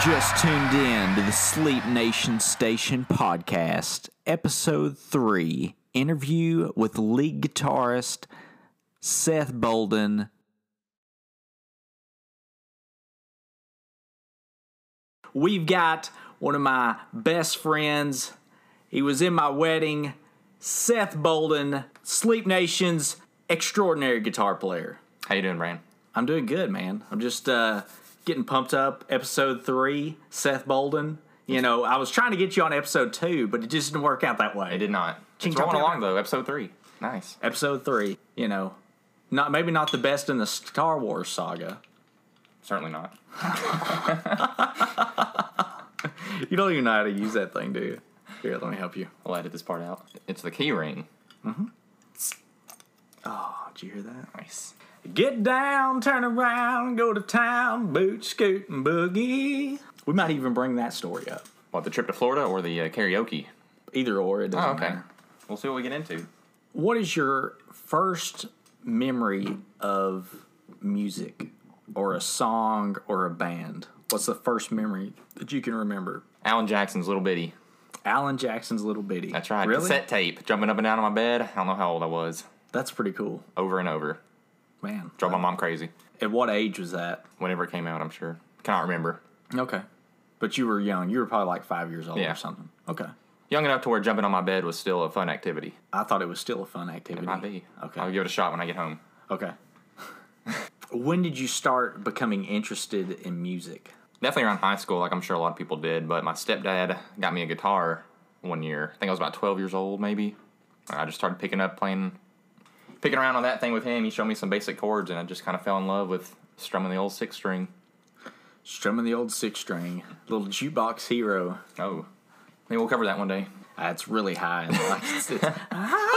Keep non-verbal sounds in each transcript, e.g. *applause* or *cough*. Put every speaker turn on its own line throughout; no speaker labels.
just tuned in to the Sleep Nation Station podcast, episode three interview with lead guitarist Seth Bolden. We've got one of my best friends. He was in my wedding, Seth Bolden, Sleep Nation's extraordinary guitar player.
How you doing, Brian?
I'm doing good, man. I'm just uh, getting pumped up. Episode three, Seth Bolden. You know, I was trying to get you on episode two, but it just didn't work out that
I
way.
did not.
Ching
It's rolling
chong
along though. Episode three. Nice.
Episode three, you know, not maybe not the best in the Star Wars saga.
Certainly not.
You don't even know how to use that thing, do you? Here, let me help you.
I'll edit this part out. It's the key ring.
Oh, did you hear that?
Nice.
Get down, turn around, go to town, boot, scoot, and boogie. We might even bring that story up.
What the trip to Florida or the uh, karaoke?
Either or, it doesn't
Oh, okay.
matter.
We'll see what we get into.
What is your first memory of music or a song or a band? What's the first memory that you can remember?
Alan Jackson's little bitty.
Alan Jackson's Little Bitty.
That's right.
Really?
Cassette tape. Jumping up and down on my bed. I don't know how old I was.
That's pretty cool.
Over and over.
Man.
Drove my mom crazy.
At what age was that?
Whenever it came out, I'm sure. Cannot remember.
Okay. But you were young. You were probably like five years old
Yeah.
or something. Okay.
Young enough to where jumping on my bed was still a fun activity.
I thought it was still a fun activity.
Might be.
Okay.
I'll give it a shot when I get home.
Okay. *laughs* when did you start becoming interested in music?
definitely around high school, like I'm sure a lot of people did. But my stepdad got me a guitar one year. I think I was about 12 years old, maybe. And I just started picking up playing, picking around on that thing with him. He showed me some basic chords, and I just kind of fell in love with strumming the old six string.
Strumming the old six string, little jukebox hero.
Oh, maybe we'll cover that one day.
Uh, it's really
*laughs*
high. And like, it's, it's, Ah!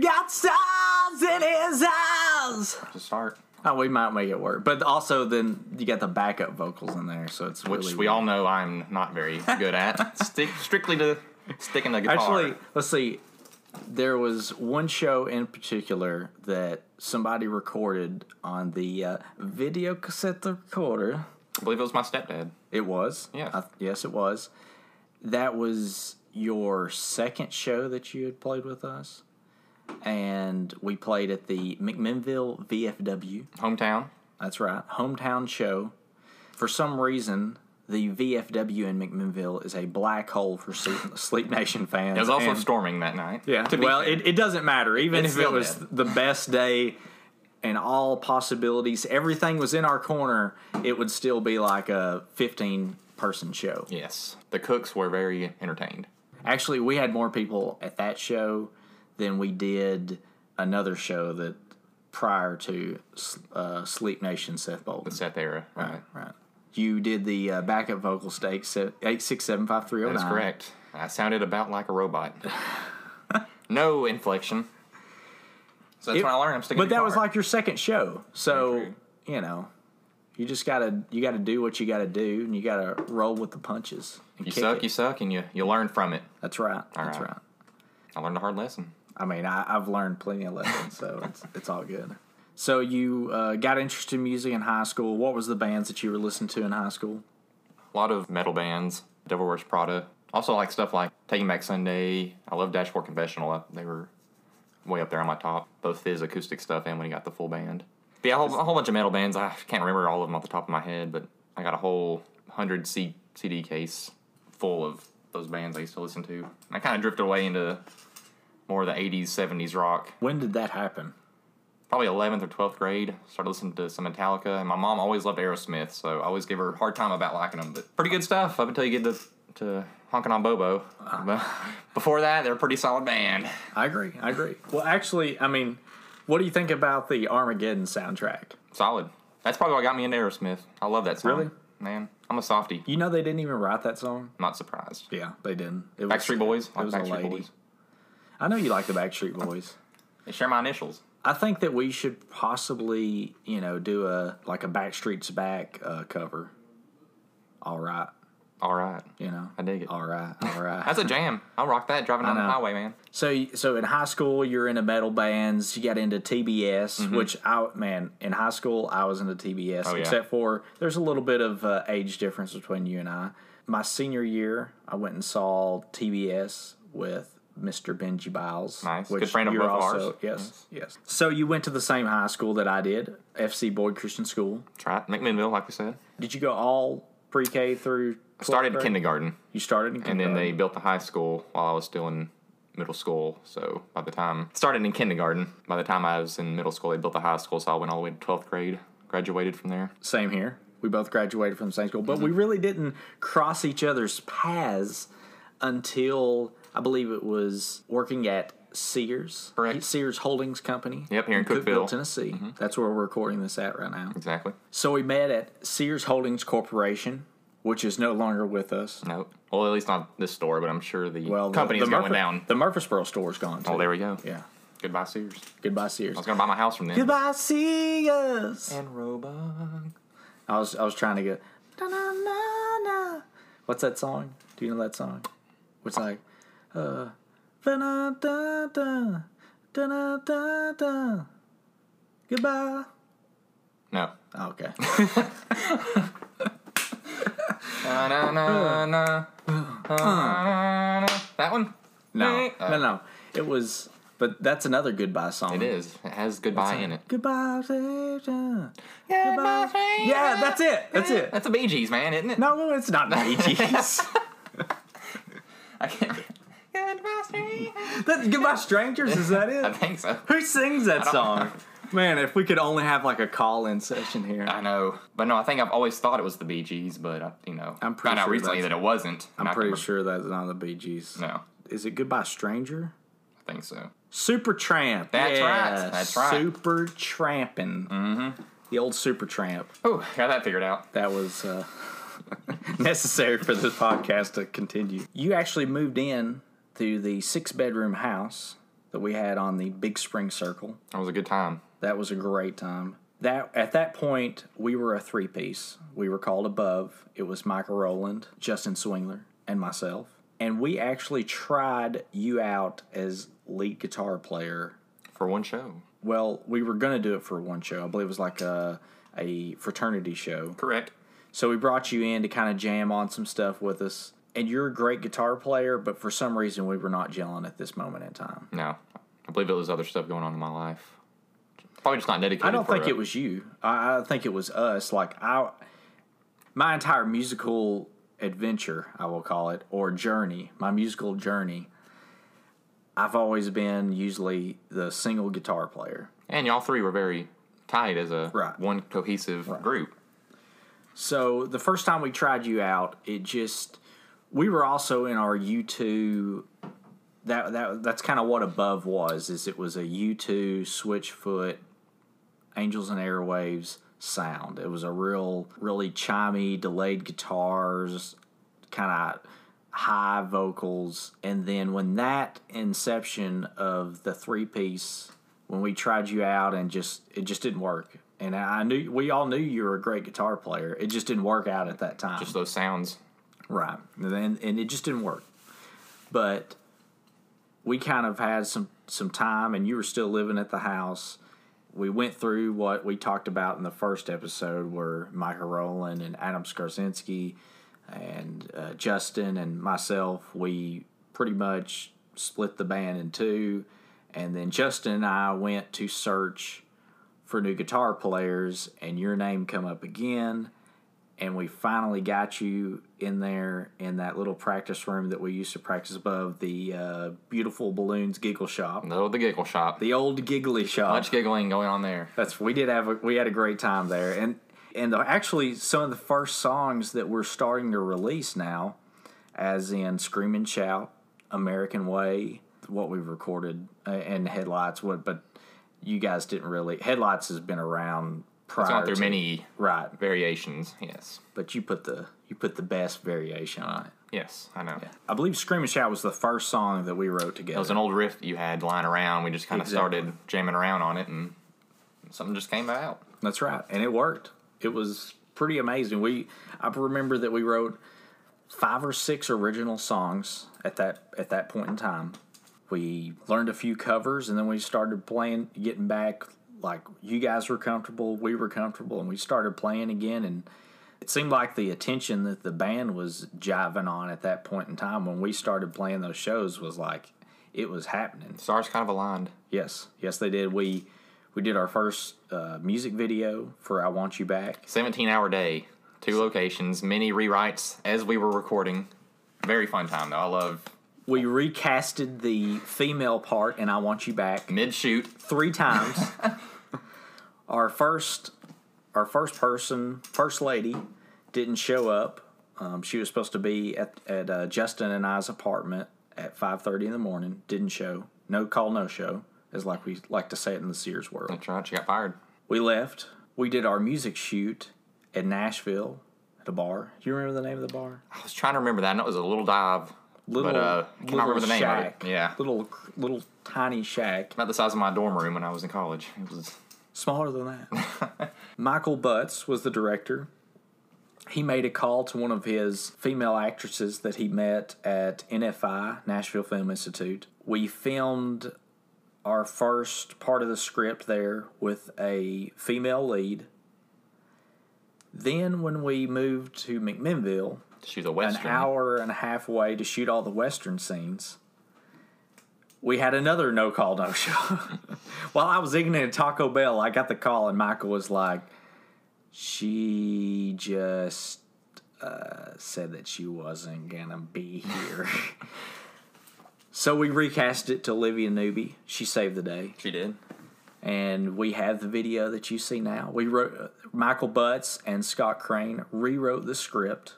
got stars in his eyes.
To start,
Oh, we might make it work, but also then you got the backup vocals in there, so it's
which
really
we all know I'm not very good
*laughs*
at. Stick strictly to sticking the guitar.
Actually, let's see. There was one show in particular that somebody recorded on the uh, video cassette recorder.
I believe it was my stepdad.
It was.
Yes.
I- yes, it was. That was your second show that you had played with us, and we played at the McMinnville VFW.
Hometown.
That's right, hometown show. For some reason, the VFW in McMinnville is a black hole for Sleep, Sleep Nation fans.
It was also
and-
storming that night.
Yeah.
To be
well,
fair.
it, it doesn't matter. Even
It's
if it
still
was
bad.
the best day and all possibilities, everything was in our corner, it would still be like a 15 person show.
yes, the cooks were very entertained.
Actually, we had more people at that show than we did another show that prior to uh, Sleep Nation Seth Bolden.
Seth era, right.
Right. You did the uh, backup vocal stake, se- 8675309.
That's correct. I sounded about like a *laughs* robot. no inflection. So that's
It-
when I learned. I'm sticking.
But
to
that was
guitar.
like your second show, so
true.
you know, you just gotta you gotta do what you gotta do, and you gotta roll with the punches. And
you
kick
suck,
it.
you suck, and you you learn from it.
That's right. That's
right.
right.
I learned a hard lesson.
I mean, I, I've learned plenty of lessons, so it's it's all good. So you uh, got interested in music in high school. What was the bands that you were listening to in high school?
A lot of metal bands, Devil Wears Prada. Also like stuff like Taking Back Sunday. I love Dashboard Confessional. Uh, They were way up there on my top, both his acoustic stuff and when he got the full band. But yeah, a whole, a whole bunch of metal bands. I can't remember all of them off the top of my head, but I got a whole hundred C- CD case full of those bands I used to listen to. And I kind of drifted away into more of the 80s, 70s rock.
When did that happen?
Probably 11th or 12th grade, started listening to some Metallica, and my mom always loved Aerosmith, so I always give her a hard time about liking them. But pretty good stuff up until you get to, to Honkin' on Bobo.
Ah.
But *laughs* before that, they're a pretty solid band.
I agree. I agree. Well, actually, I mean, what do you think about the Armageddon soundtrack?
Solid. That's probably what got me into Aerosmith. I love that song.
Really?
Man, I'm a softie.
You know, they didn't even write that song.
Not surprised.
Yeah, they didn't. It was,
Backstreet Boys. I
was a
like Backstreet
lady.
Boys.
I know you like the Backstreet Boys.
They share my initials.
I think that we should possibly, you know, do a like a Backstreet's Back uh, cover. All right,
All right.
You know,
I dig it.
all right, all
*laughs*
right.
That's a jam. I'll rock that driving down the
know.
highway, man.
so, so in high school, you're into metal bands. You got into TBS, which I man in high school I was into TBS,
Mm-hmm. Oh, yeah.
except for there's a little bit of uh, age difference between you and I. My senior year, I went and saw TBS with Mr. Benji Biles.
Nice. Good friend of
you're
both of
also-
ours.
Yes, yes. So you went to the same high school that I did, FC Boyd Christian School.
Try it. McMinnville, like we said.
Did you go all pre-K through? 12th
Started
grade?
kindergarten,
You started in
and then
kindergarten.
they built the high school while I was still in middle school. So by the time started in kindergarten, by the time I was in middle school, they built the high school. So I went all the way to twelfth grade. Graduated from there.
Same here. We both graduated from the same school, but we
Mm-hmm.
really didn't cross each other's paths until I believe it was working at Sears,
Correct.
Sears Holdings Company.
Yep, here in Mm-hmm. Cookeville.
Tennessee. That's where we're recording this at right now.
Exactly.
So we met at Sears Holdings Corporation, which is no longer with us.
No. Well, at least not this store, but I'm sure the
Well, the-
company
the
is going
Murfre-
down.
The Murfreesboro store's gone. Too.
Oh, there we go.
yeah.
Goodbye, Sears. I
Goodbye Sears.
was gonna buy my house from them.
Goodbye Sears.
And Robug.
I was I was trying to get. Na-na-na-na. What's that song? Do you know that song? It's like, uh, da-na-da-da, da-na-da-da. Goodbye. Uh, Oh,
No. *laughs*
Okay.
Na, na, na,
uh,
na. Na, na, na. That one?
No, no, no. It was, but that's another goodbye song.
uh, It is. It has goodbye in it.
Goodbye, Satan. Goodbye. Yeah, that's it. That's it.
That's a Bee Gees, man, isn't it?
No, it's
*laughs*
not Bee Gees.
I can't.
*laughs*
Goodbye, Stranger.
That's Goodbye Strangers. Is
*laughs*
that
I
it?
think so.
Who sings that
don't
song? Man, if we could only have like a call-in session here.
I know, but no, I think I've always thought it was the Bee Gees, but I, you know,
I'm pretty
found out
sure
recently that
that's-
it wasn't.
I'm pretty sure that's not the Bee Gees.
No,
Is it Goodbye Stranger?
I think so.
Super Tramp.
That's right. That's right.
Super Trampin'. Mm-hmm. The old Super Tramp.
Oh, got that figured out.
That was uh, *laughs* necessary for this podcast to continue. You actually moved in to the six bedroom house that we had on the Big Spring Circle.
That was a good time.
That was a great time. That at that point we were a three piece. We were called above. It was Michael Rowland, Justin Swingler, and myself. And we actually tried you out as lead guitar player.
For one show.
Well, we were gonna do it for one show. I believe it was like a a fraternity show.
Correct.
So we brought you in to kind of jam on some stuff with us. And you're a great guitar player, but for some reason we were not gelling at this moment in time.
No, I believe it was other stuff going on in my life. Probably just not dedicated.
I don't
for
think
a-
it was you. I, I think it was us. Like I, my entire musical adventure, I will call it, or journey, my musical journey. I've always been usually the single guitar player.
And y'all three were very tight as a
Right.
one cohesive group.
So the first time we tried you out, it just we were also in our U two. That that that's kind of what above was. Is it was a U two Switchfoot, Angels and Airwaves sound. It was a real really chimey, delayed guitars, kind of high vocals, and then when that inception of the three piece, when we tried you out and just it just didn't work. And I knew we all knew you were a great guitar player. It just didn't work out at that time.
Just those sounds.
Right. And, then- and it just didn't work. But we kind of had some, some time, and you were still living at the house. We went through what we talked about in the first episode, where Michael Rowland and Adam Skarsinski and uh, Justin and myself, we pretty much split the band in two. And then Justin and I went to search for new guitar players, and your name come up again and we finally got you in there in that little practice room that we used to practice above the uh, beautiful balloons giggle shop,
No, the giggle shop.
the old giggly shop.
Much giggling going on there.
That's we did have a, we had a great time there, and and the, actually some of the first songs that we're starting to release now, as in "Scream and Shout," "American Way," what we've recorded, uh, and "Headlights." What, but you guys didn't really. "Headlights" has been around prior
It's gone through
to-
many
right,
variations. Yes.
but you put the you put the best variation on it.
Yes, I know.
I believe "Scream and Shout" was the first song that we wrote
It was
together.
an old riff that you had lying around. We just kind of
Exactly.
started jamming around on it, and something just came out.
That's right, and it worked. It was pretty amazing. We I remember that we wrote five or six original songs at that at that point in time. We learned a few covers, and then we started playing, getting back. Like you guys were comfortable, we were comfortable, and we started playing again. And it seemed like the attention that the band was jiving on at that point in time when we started playing those shows was like it was happening.
Stars kind of aligned.
Yes, yes, they did. We we did our first uh, music video for "I Want You Back."
17 hour day, two locations, many rewrites as we were recording. Very fun time though. I love
We recasted the female part in "I Want You Back"
mid shoot.
three times. our first, our first person, first lady, didn't show up. Um, she was supposed to be at at uh, Justin and I's apartment at five thirty in the morning. Didn't show. No call, no show, is like we like to say it in the Sears world.
That's right. She got fired.
We left. We did our music shoot at Nashville at a bar. Do you remember the name of the bar?
I was trying to remember that. I know it was a little dive,
Little,
but uh, I cannot remember the name
shack.
of it. Yeah,
Little, little tiny shack.
about the size of my dorm room when I was in college. It was
Smaller than that. Michael Butts was the director. He made a call to one of his female actresses that he met at NFI, Nashville Film Institute. We filmed our first part of the script there with a female lead. Then, when we moved to McMinnville,
she was a
an
western.
hour and a half way to shoot all the western scenes. We had another no call, no show. *laughs* While I was eating at Taco Bell, I got the call, and Michael was like, "She just uh, said that she wasn't gonna be here." *laughs* so we recast it to Olivia Newby. She saved the day
She did.
and we have the video that you see now. We wrote uh, Michael Butts and Scott Crane rewrote the script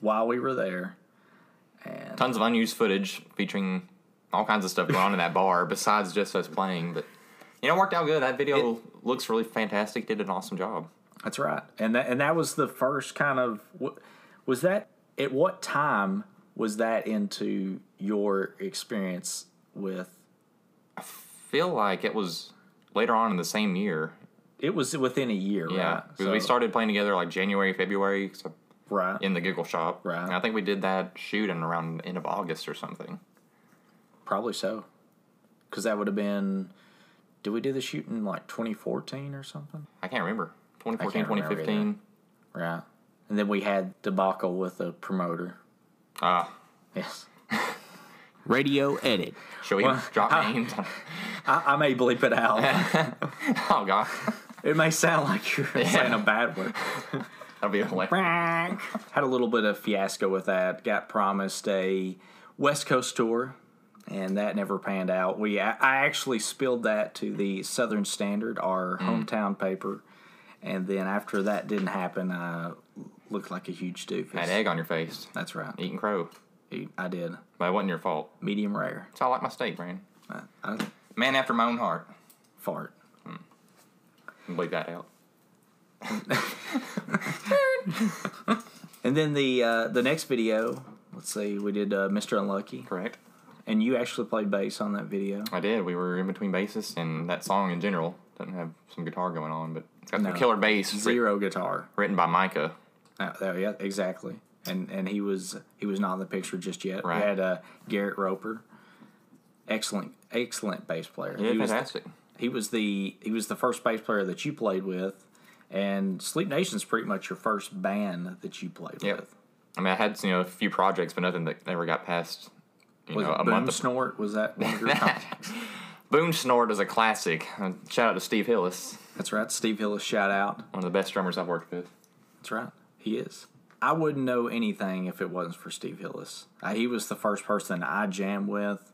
while we were there. And
Tons of unused footage featuring all kinds of stuff going on in that bar besides just us playing. But you know, it worked out good. That video looks really fantastic. Did an awesome job.
that's right. And that and that was the first kind of wh- was that at what time was that into your experience with
Feel like it was later on in the same year.
it was within a year,
Yeah,
right?
'Cause we
So-
started playing together like January, February. So
right.
in the Giggle Shop.
Right.
And I think we did that shoot in around the end of August or something.
Probably so. Cuz that would have been did we do the shoot in like 2014 or something?
I can't remember. 2014,
I can't remember
2015.
Right. And then we had debacle with a promoter.
Ah, *laughs*
Yes.
Radio edit.
should we *laughs* drop names?
I, I may bleep
*laughs*
it out.
oh, God.
it may sound like you're saying a bad word.
That'll be hilarious.
*laughs* Had a little bit of fiasco with that. Got promised a West Coast tour, and that never panned out. We I, I actually spilled that to the Southern Standard, our hometown paper, and then after that didn't happen, I looked like a
*laughs*
huge
That
doofus.
egg on your face.
That's right.
Eating crow.
I did.
But it wasn't your fault.
Medium rare.
That's how I like my steak, man.
I, I
Man after my own heart.
fart.
Bleep that out.
And then the uh, the next video, let's see, we did uh, Mr. Unlucky,
Correct.
and you actually played bass on that video.
I did. We were in between bassists, and that song in general doesn't have some guitar going on, but it's got
No.
some killer bass writ-
Zero guitar.
written by Micah.
Uh, there, yeah, exactly. And and he was he was not in the picture just yet.
Right.
We had uh, Garrett Roper, excellent excellent bass player.
Yeah,
he was
fantastic.
he was the he was the first bass player that you played with, and Sleep Nation's pretty much your first band that you played
Yep.
with.
I mean, I had you know a few projects, but nothing that ever got past you
Was
know
it
a
Boom
month. Of-
Snort? Was that one of your
*laughs* Boom Snort is a classic. Uh, Shout out to Steve Hillis,
That's right. Steve Hillis shout out.
one of the best drummers I've worked with.
That's right. He is. I wouldn't know anything if it wasn't for Steve Hillis. Uh, he was the first person I jammed with.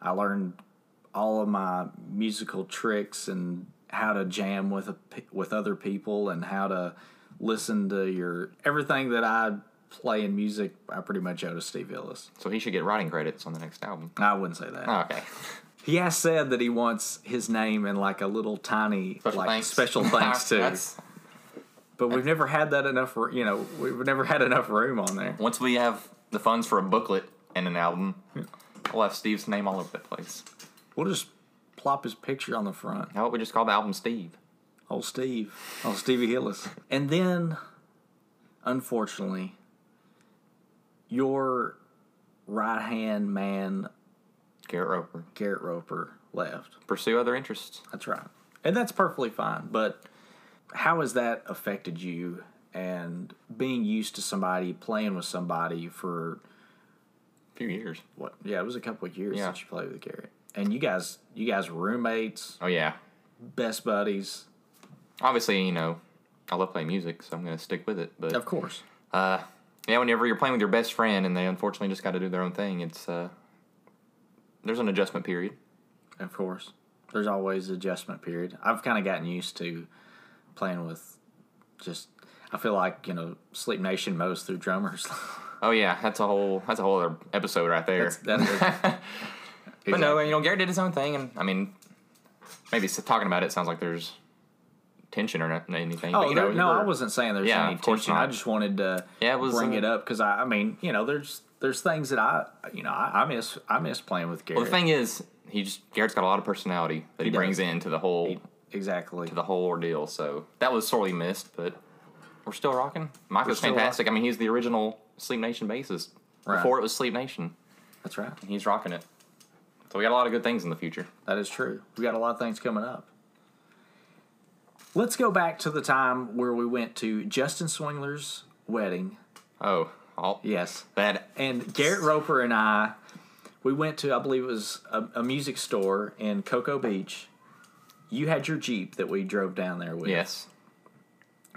I learned all of my musical tricks and how to jam with a, pe- with other people and how to listen to your everything that I play in music. I pretty much owe to Steve Hillis.
So he should get writing credits on the next album.
I wouldn't say that.
Oh, okay.
He has said that he wants his name in like a little tiny
Special
like
thanks. *laughs*
special thanks to.
That's-
but we've never had that enough. r- You know, we've never had enough room on there.
Once we have the funds for a booklet and an album, we'll have Steve's name all over the place.
We'll just plop his picture on the front.
How about we just call the album Steve?
Old Steve. Old Stevie Hillis. And then, unfortunately, your right hand man
Garrett Roper.
Garrett Roper left.
Pursue other interests.
That's right. And that's perfectly fine. But how has that affected you and being used to somebody, playing with somebody for
A few years.
what? Yeah, it was a couple of years
Yeah.
since you played with Garrett. And you guys, you guys were roommates,
Oh yeah.
best buddies,
Obviously, you know, I love playing music, so I'm gonna stick with it. But
of course.
uh, yeah, whenever you're playing with your best friend and they unfortunately just got to do their own thing, it's uh, there's an adjustment period.
Of course. There's always adjustment period. I've kind of gotten used to playing with just I feel like, you know, Sleep Nation mows through drummers.
Oh yeah, that's a whole that's a whole other episode right there.
*laughs* That's that is
But no, you know, Garrett did his own thing, and I mean, maybe s- talking about it sounds like there's tension or not, anything. but,
Oh
you
there-
know,
no,
you
I
were-
wasn't saying there's
Yeah,
any
of course
tension.
not.
I just wanted to
Yeah, it was,
bring
uh,
it up because I, I mean, you know, there's there's things that I you know I, I miss I miss playing with Garrett.
Well, the thing is, he just Garrett's got a lot of personality that he,
does.
brings into the whole
exactly.
the whole ordeal. So that was sorely missed, but we're still rocking. Micah's
still
fantastic. I mean, he's the original Sleep Nation bassist
Right.
before it was Sleep Nation.
That's right.
He's rocking it. So we got a lot of good things in the future.
That is true. We got a lot of things coming up. Let's go back to the time where we went to Justin Swingler's wedding.
Oh, all,
Yes.
that
And Garrett Roper and I, we went to, I believe it was a, a music store in Cocoa Beach. You had your Jeep that we drove down there with.
yes.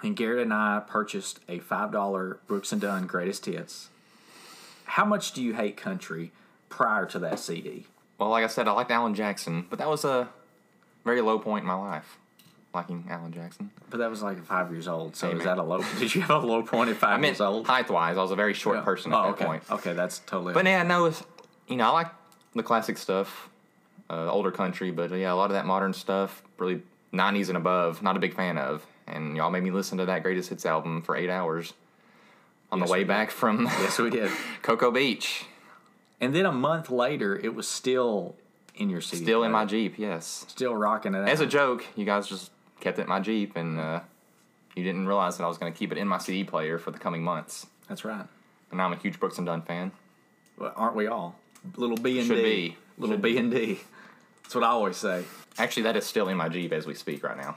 And Garrett and I purchased a $5 Brooks and Dunn Greatest Hits. How much do you hate country prior to that CD?
Well, like I said, I liked Alan Jackson, but that was a very low point in my life, liking Alan Jackson.
But that was like five years old. So
Hey,
is
man.
that a low? Did you have a low point at
*laughs*
five
I mean,
years old?
height wise, I was a very short
Yeah.
person at
Oh,
that
okay.
point.
Okay, that's totally.
But yeah, no, it's, you know, I like the classic stuff, uh, older country, but yeah, a lot of that modern stuff, really 90s and above, not a big fan of. And y'all made me listen to that greatest hits album for eight hours on
Yes,
the
we
way
did.
back
*laughs*
from
yes, we did.
Cocoa Beach.
And then a month later, it was still in your CD.
Still in my
player.
Jeep, yes.
Still rocking it. out.
As a joke, you guys just kept it in my Jeep and uh, you didn't realize that I was going to keep it in my CD player for the coming months.
That's right.
And I'm a huge Brooks and Dunn fan.
Well, aren't we all? Little B and
Should
D.
be.
Little B and D. That's what I always say.
Actually, that is still in my Jeep as we speak right now.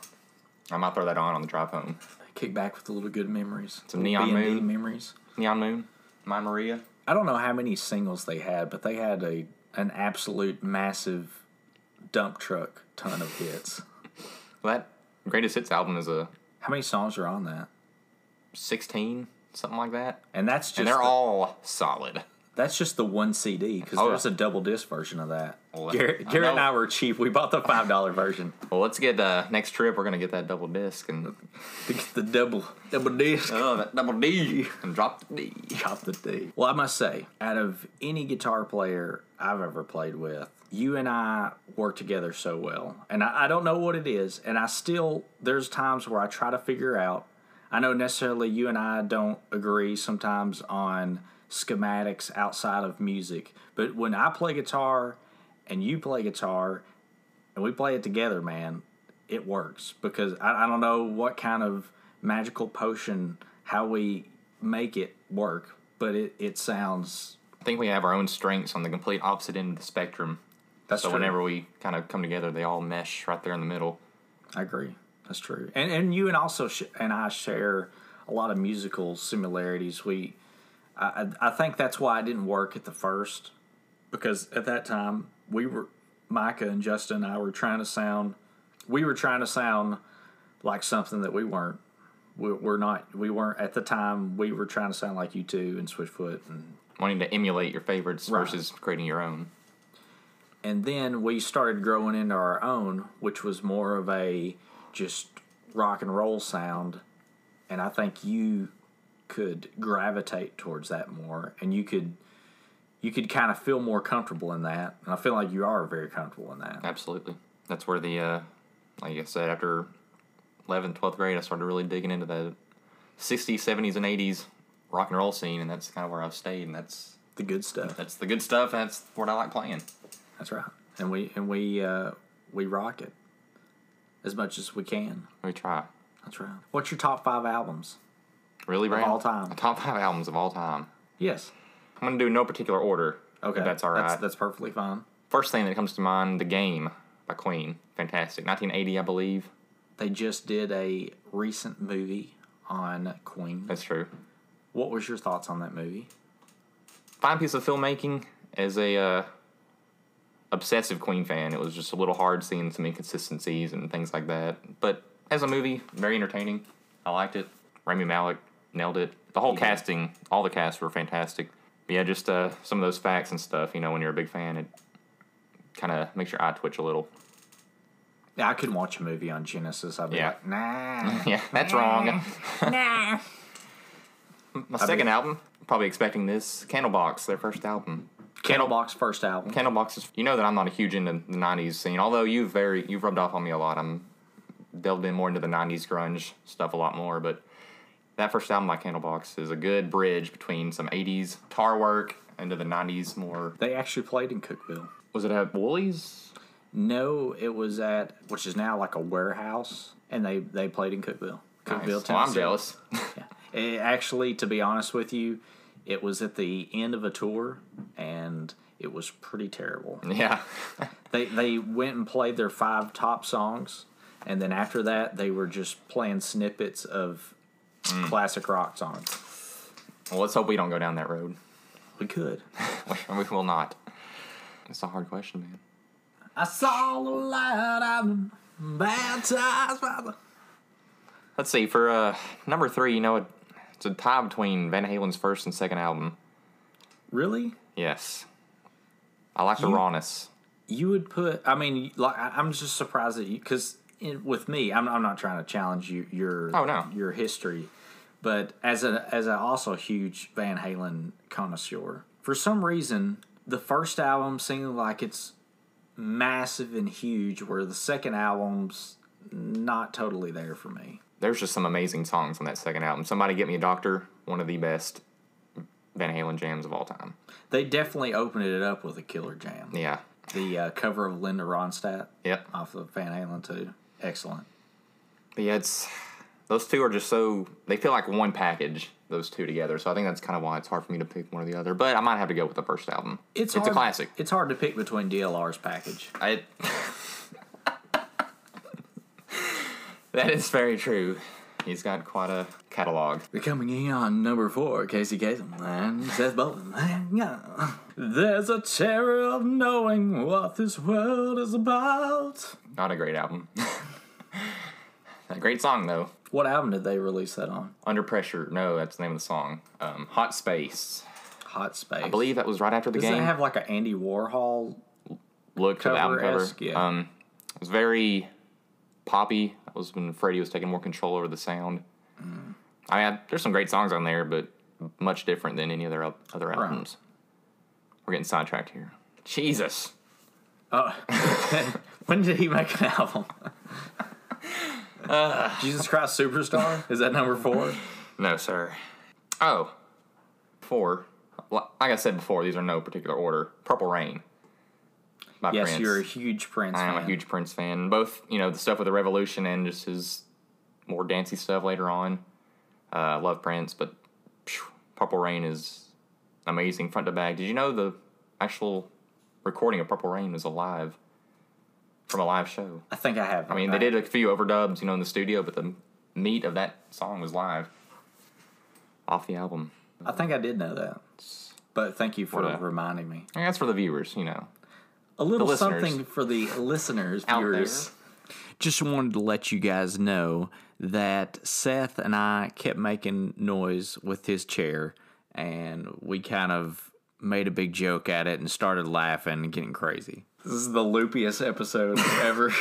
I might throw that on on the drive home.
Kick back with a little good memories.
Some
Little
Neon
B&D
Moon.
memories.
Neon Moon, My Maria.
I don't know how many singles they had, but they had a an absolute massive dump truck ton of hits.
Well, that greatest hits album is a
How many songs are on that?
16 something like that
And that's just
and they're
the-
all solid
That's just the one CD because
Oh,
there's
yeah.
a double disc version of that.
Well,
Garrett,
I
Garrett and
know.
I were cheap. We bought the five dollar version,
well let's get uh next trip we're gonna get that double disc
*laughs*
and
the, the double double disc.
oh that double d and drop the d
Chop the D. Well, I must say, out of any guitar player I've ever played with, you and I work together so well. And I, I don't know what it is. And I still, there's times where I try to figure out. I know necessarily you and I don't agree sometimes on schematics outside of music. But when I play guitar and you play guitar and we play it together, man, it works because I, I don't know what kind of magical potion how we make it work, but it, it sounds
i think we have our own strengths on the complete opposite end of the spectrum
that's
so
true.
whenever we kind of come together they all mesh right there in the middle
I agree. That's true. And and you and also sh- and I share a lot of musical similarities. We, I, I I think that's why it didn't work at the first because at that time we were Micah and Justin and I were trying to sound we were trying to sound like something that we weren't. We, we're not. We weren't at the time. We were trying to sound like you two and Switchfoot and
wanting to emulate your favorites
Right.
versus creating your own
and then we started growing into our own, which was more of a just rock and roll sound. And I think you could gravitate towards that more, and you could you could kind of feel more comfortable in that. And I feel like you are very comfortable in that.
absolutely that's where the uh like i said after 11th 12th grade i started really digging into the 60s 70s and 80s rock and roll scene and that's kind of where i've stayed and that's
The good stuff.
That's the good stuff. and That's what I like playing.
That's right. And we and we uh, we rock it as much as we can.
We try.
That's right. What's your top five albums?
Really, Brandon?
all time.
Top five albums of all time.
Yes.
I'm gonna do no particular order. if
Okay,
that's all right.
That's, that's perfectly fine.
First thing that comes to mind, The Game by Queen. Fantastic. 1980, I believe.
They just did a recent movie on Queen.
That's true.
What was your thoughts on that movie?
Fine piece of filmmaking. As a uh, obsessive Queen fan, it was just a little hard seeing some inconsistencies and things like that. But as a movie, very entertaining. I liked it. Rami Malek nailed it. The whole casting, all the casts were fantastic. But yeah, just uh, some of those facts and stuff. You know, when you're a big fan, it kind of makes your eye twitch a little. *laughs*
Yeah, I couldn't watch a movie on Genesis. I'd be
Yeah. Mm-hmm.
like, nah.
Yeah, that's wrong. My second album, probably expecting this Candlebox, their first album.
Candlebox first album.
Candlebox is you know that I'm not a huge into the '90s scene, although you've very you've rubbed off on me a lot. I'm delved in more into the '90s grunge stuff a lot more, but that first album by Candlebox is a good bridge between some '80s tar work into the '90s more.
They actually played in Cookville.
Was it at Woolies?
No, it was at which is now like a warehouse, and they they played in Cookville.
Nice.
Cookville,
Well, I'm
Tennessee.
jealous. *laughs*
It- actually, to be honest with you, it was at the end of a tour, and it was pretty terrible.
yeah,
They they went and played their five top songs, and then after that, they were just playing snippets of Mm. classic rock songs.
well, let's hope we don't go down that road. *laughs*
We could.
we will not. It's a hard question, man.
I saw the light. I'm baptized by the.
Let's see for uh, number three. You know, it, it's a tie between Van Halen's first and second album.
Really?
Yes, I like the
You-
rawness.
you would put i mean like I- i'm just surprised that you because with me I'm, I'm not trying to challenge you your
Oh, no.
your history but as a as a also huge van halen connoisseur for some reason the first album seemed like it's massive and huge where the second album's not totally there for me
There's just some amazing songs on that second album. Somebody get me a doctor. One of the best Van Halen jams of all time.
they definitely opened it up with a killer jam
Yeah.
the uh, cover of linda ronstadt
Yep.
off of van halen too excellent
But yeah, it's those two are just so they feel like one package. Those two together. So I think that's kind of why it's hard for me to pick one or the other. But I might have to go with the first album.
it's,
it's
hard-
a classic.
It's hard to pick between DLR's package.
I. *laughs* that is very true. He's got quite a catalog.
Becoming in on number four, Casey Kasem and Seth Bolton. Yeah. There's a terror of knowing what this world is about.
Not a great album. *laughs* a great song though.
What album did they release that on?
Under Pressure. No, that's the name of the song. Um, Hot Space.
Hot Space.
I believe that was right after the
Does
game.
it have like an Andy Warhol?
Look to the album cover.
cover-esque? Yeah.
Um, it was very poppy. That was when Freddie was taking more control over the sound.
Mm.
I mean, I, there's some great songs on there, but much different than any other al- other albums. We're getting sidetracked here. Jesus.
When did he make an
*laughs*
album? Uh, Jesus Christ Superstar? Is that number four?
No, sir. Oh, four. Li- Like I said before, these are no particular order. Purple Rain. By
yes,
Prince.
you're a huge Prince
I am
fan.
a huge Prince fan. Both, you know, the stuff with the Revolution and just his more dancey stuff later on. Uh, I love Prince, but phew, Purple Rain is amazing front to back. Did you know the actual recording of Purple Rain was alive from a live show?
I think I have.
I mean, they did a few overdubs, you know, in the studio, but the meat of that song was live off the album.
I think I did know that. But thank you for
What a-
reminding me.
And that's for the viewers, you know.
a little
The listeners.
something for the listeners,
Out
viewers. Just wanted to let you guys know that Seth and I kept making noise with his chair, and we kind of made a big joke at it and started laughing and getting crazy. This is the loopiest episode *laughs* ever.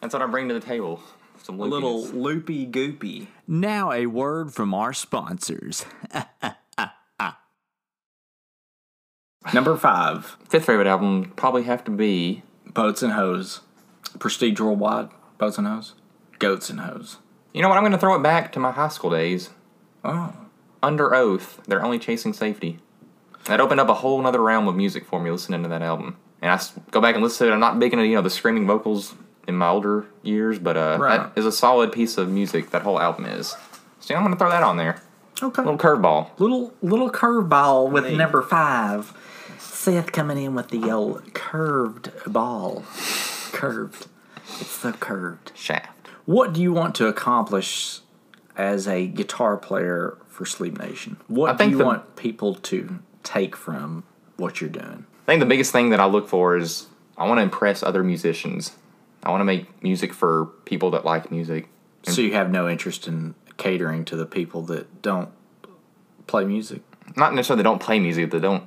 That's what I bring to the table. Some
little
loopiness.
loopy goopy. Now, a word from our sponsors. *laughs* Number five,
fifth favorite album would probably have to be
Boats and Hose. Prestige Worldwide, Boats and Hose. Goats and Hose.
You know what? I'm going to throw it back to my high school days.
Oh.
Under Oath, They're Only Chasing Safety. That opened up a whole nother realm of music for me listening to that album. And I s- go back and listen to it. I'm not big into, you know, the screaming vocals in my older years, but uh,
Right.
that is a solid piece of music, that whole album is. So you know, I'm going to throw that on there.
Okay.
Little curveball.
Little little curveball with
Hey.
number five. Seth coming in with the old curved ball. Curved. It's so curved.
Shaft.
What do you want to accomplish as a guitar player for Sleep Nation? What
I think
do you
the-
want people to take from what you're doing?
I think the biggest thing that I look for is I want to impress other musicians. I want to make music for people that like music.
So you have no interest in catering to the people that don't play music.
Not necessarily they don't play music, they don't.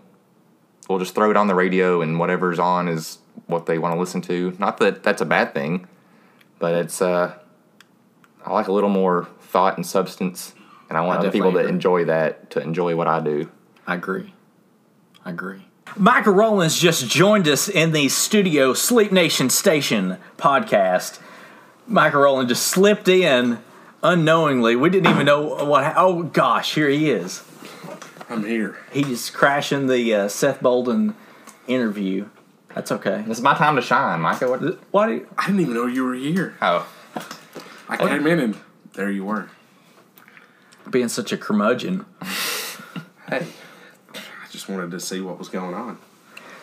We'll just throw it on the radio and whatever's on is what they want to listen to. Not that that's a bad thing, but it's, uh, I like a little more thought and substance, and I want
I
other people
definitely
that
agree.
enjoy that to enjoy what I do.
I agree. I agree. Michael Rollins just joined us in the studio Sleep Nation Station podcast. Michael Rollins just slipped in unknowingly. We didn't even know what. ha- Oh gosh, here he is.
I'm here.
He's crashing the uh, Seth Bolden interview. That's okay.
This is my time to shine, Micah. What?
Why do you,
I didn't even know you were here.
Oh,
I
Oh.
came in and there you were.
being such a curmudgeon?
Hey, I just wanted to see what was going on.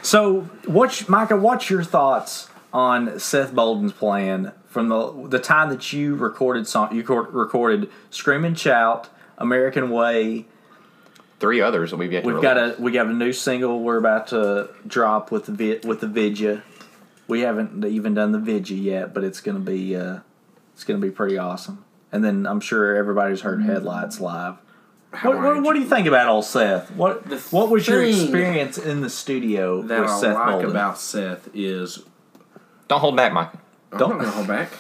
So, what's Micah? What's your thoughts on Seth Bolden's plan from the the time that you recorded song? You cor- recorded "Scream and Shout," "American Way."
three others that we've yet to
We've
release.
got a we have a new single we're about to drop with the vi- with the vidya. We haven't even done the vidya yet, but it's gonna be uh, it's gonna be pretty awesome. And then I'm sure everybody's heard headlights live.
How
What, what, what do you think about old Seth? What
The
what was your
thing
experience in the studio
that
with
I
Seth
like
Bolden?
about Seth is
Don't hold back, Micah.
Don't-
I'm not gonna hold back.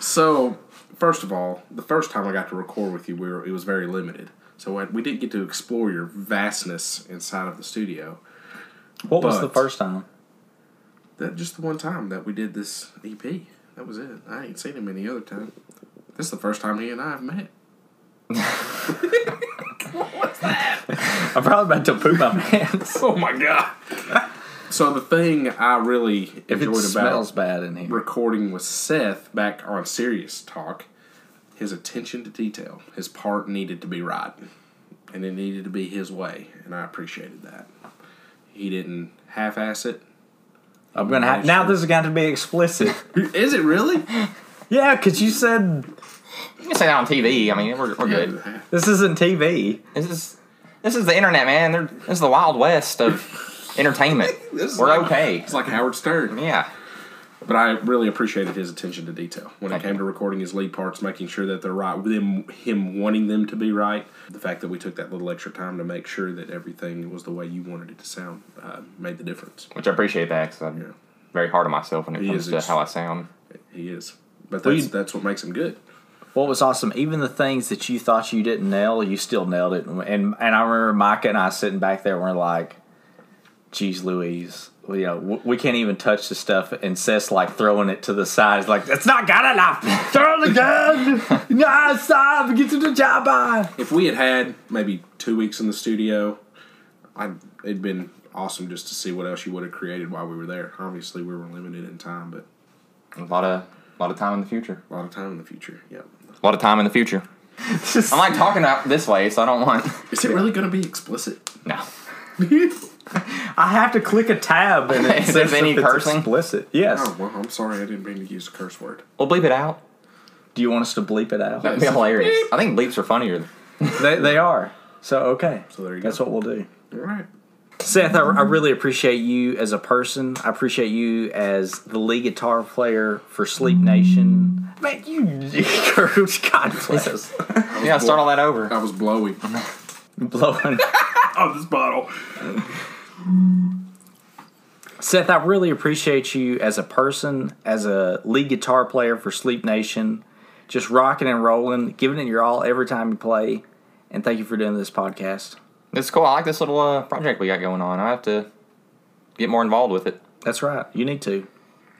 so, first of all, the first time I got to record with you, we were, it was very limited. So I, we didn't get to explore your vastness inside of the studio.
what was the
but-
first time? *laughs*
That just the one time that we did this EP. That was it. I ain't seen him any other time. This is the first time he and I have met.
I'm probably about to poop my pants.
Oh my god. so the thing I really
if it
enjoyed
smells
about
bad in here.
recording with Seth back on Serious Talk, his attention to detail, his part needed to be right, and it needed to be his way, and I appreciated that. He didn't half-ass it.
I'm gonna have now. This has got to be explicit.
Is it really?
yeah, because you said
You can say that on TV. I mean, we're, we're good.
this isn't TV.
This is this is the internet, man. They're, this is the wild west
*laughs*
of entertainment.
This is
We're
like-
okay.
It's like Howard Stern.
Yeah,
But I really appreciated his attention to detail when it
Thank
came
you.
to recording his lead parts, making sure that they're right, with him, him wanting them to be right. The fact that we took that little extra time to make sure that everything was the way you wanted it to sound uh, made the difference.
which I appreciate that because I'm
Yeah.
very hard on myself when it
He
comes
is
to
ex-
how I sound.
He is, but that's
you-
that's what makes him good.
What was awesome? Even the things that you thought you didn't nail, you still nailed it. And and, and I remember Micah and I sitting back there, and we're like, "Geez, Louise." You know, w- we can't even touch the stuff, and Seth's like throwing it to the side. It's like, it's not got enough. Throw it again. no, stop. Get to the job. Bye.
If we had had maybe two weeks in the studio, I it'd been awesome just to see what else you would have created while we were there. Obviously, we were limited in time, but
A lot of a lot of time in the future.
a lot of time in the future. Yep.
A lot of time in the future. I like talking out this way, so I don't want. *laughs*
Is it really going to be explicit?
No,
*laughs* I have to click a tab and it
If
says
there's any
*laughs* if it's
cursing?
explicit. Yes.
Oh well, I'm sorry. I didn't mean to use a curse word.
we'll bleep it out.
Do you want us to bleep it out?
That'd be hilarious. I think bleeps are funnier.
they, they are. So okay.
So there you
That's
go.
what we'll do.
All right.
Seth, I, I really appreciate you as a person. I appreciate you as the lead guitar player for Sleep Nation. Man, you, *laughs* God bless,
Yeah, start all that over.
I was blowing.
blowing.
oh, this bottle.
Seth, I really appreciate you as a person, as a lead guitar player for Sleep Nation, just rocking and rolling, giving it your all every time you play. And thank you for doing this podcast.
It's cool. I like this little uh, project we got going on. I have to get more involved with it.
That's right. You need to.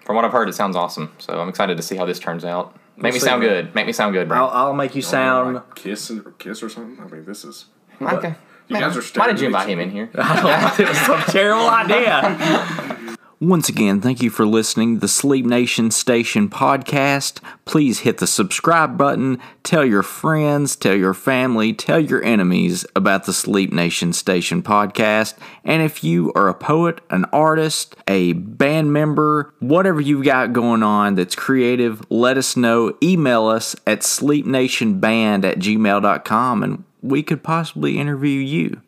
From what I've heard, it sounds awesome. So I'm excited to see how this turns out. Make me
see,
sound
man.
good. Make me sound good, bro.
I'll, I'll make you sound.
Like kiss or kiss or something. I mean, this is.
Okay.
You guys are
Why did you
*laughs* stereotypes.
invite him in here?
it was a terrible idea. Once again, thank you for listening to the Sleep Nation Station podcast. Please hit the subscribe button, tell your friends, tell your family, tell your enemies about the Sleep Nation Station podcast. And if you are a poet, an artist, a band member, whatever you've got going on that's creative, let us know. Email us at sleepnationband at gmail.com and we could possibly interview you.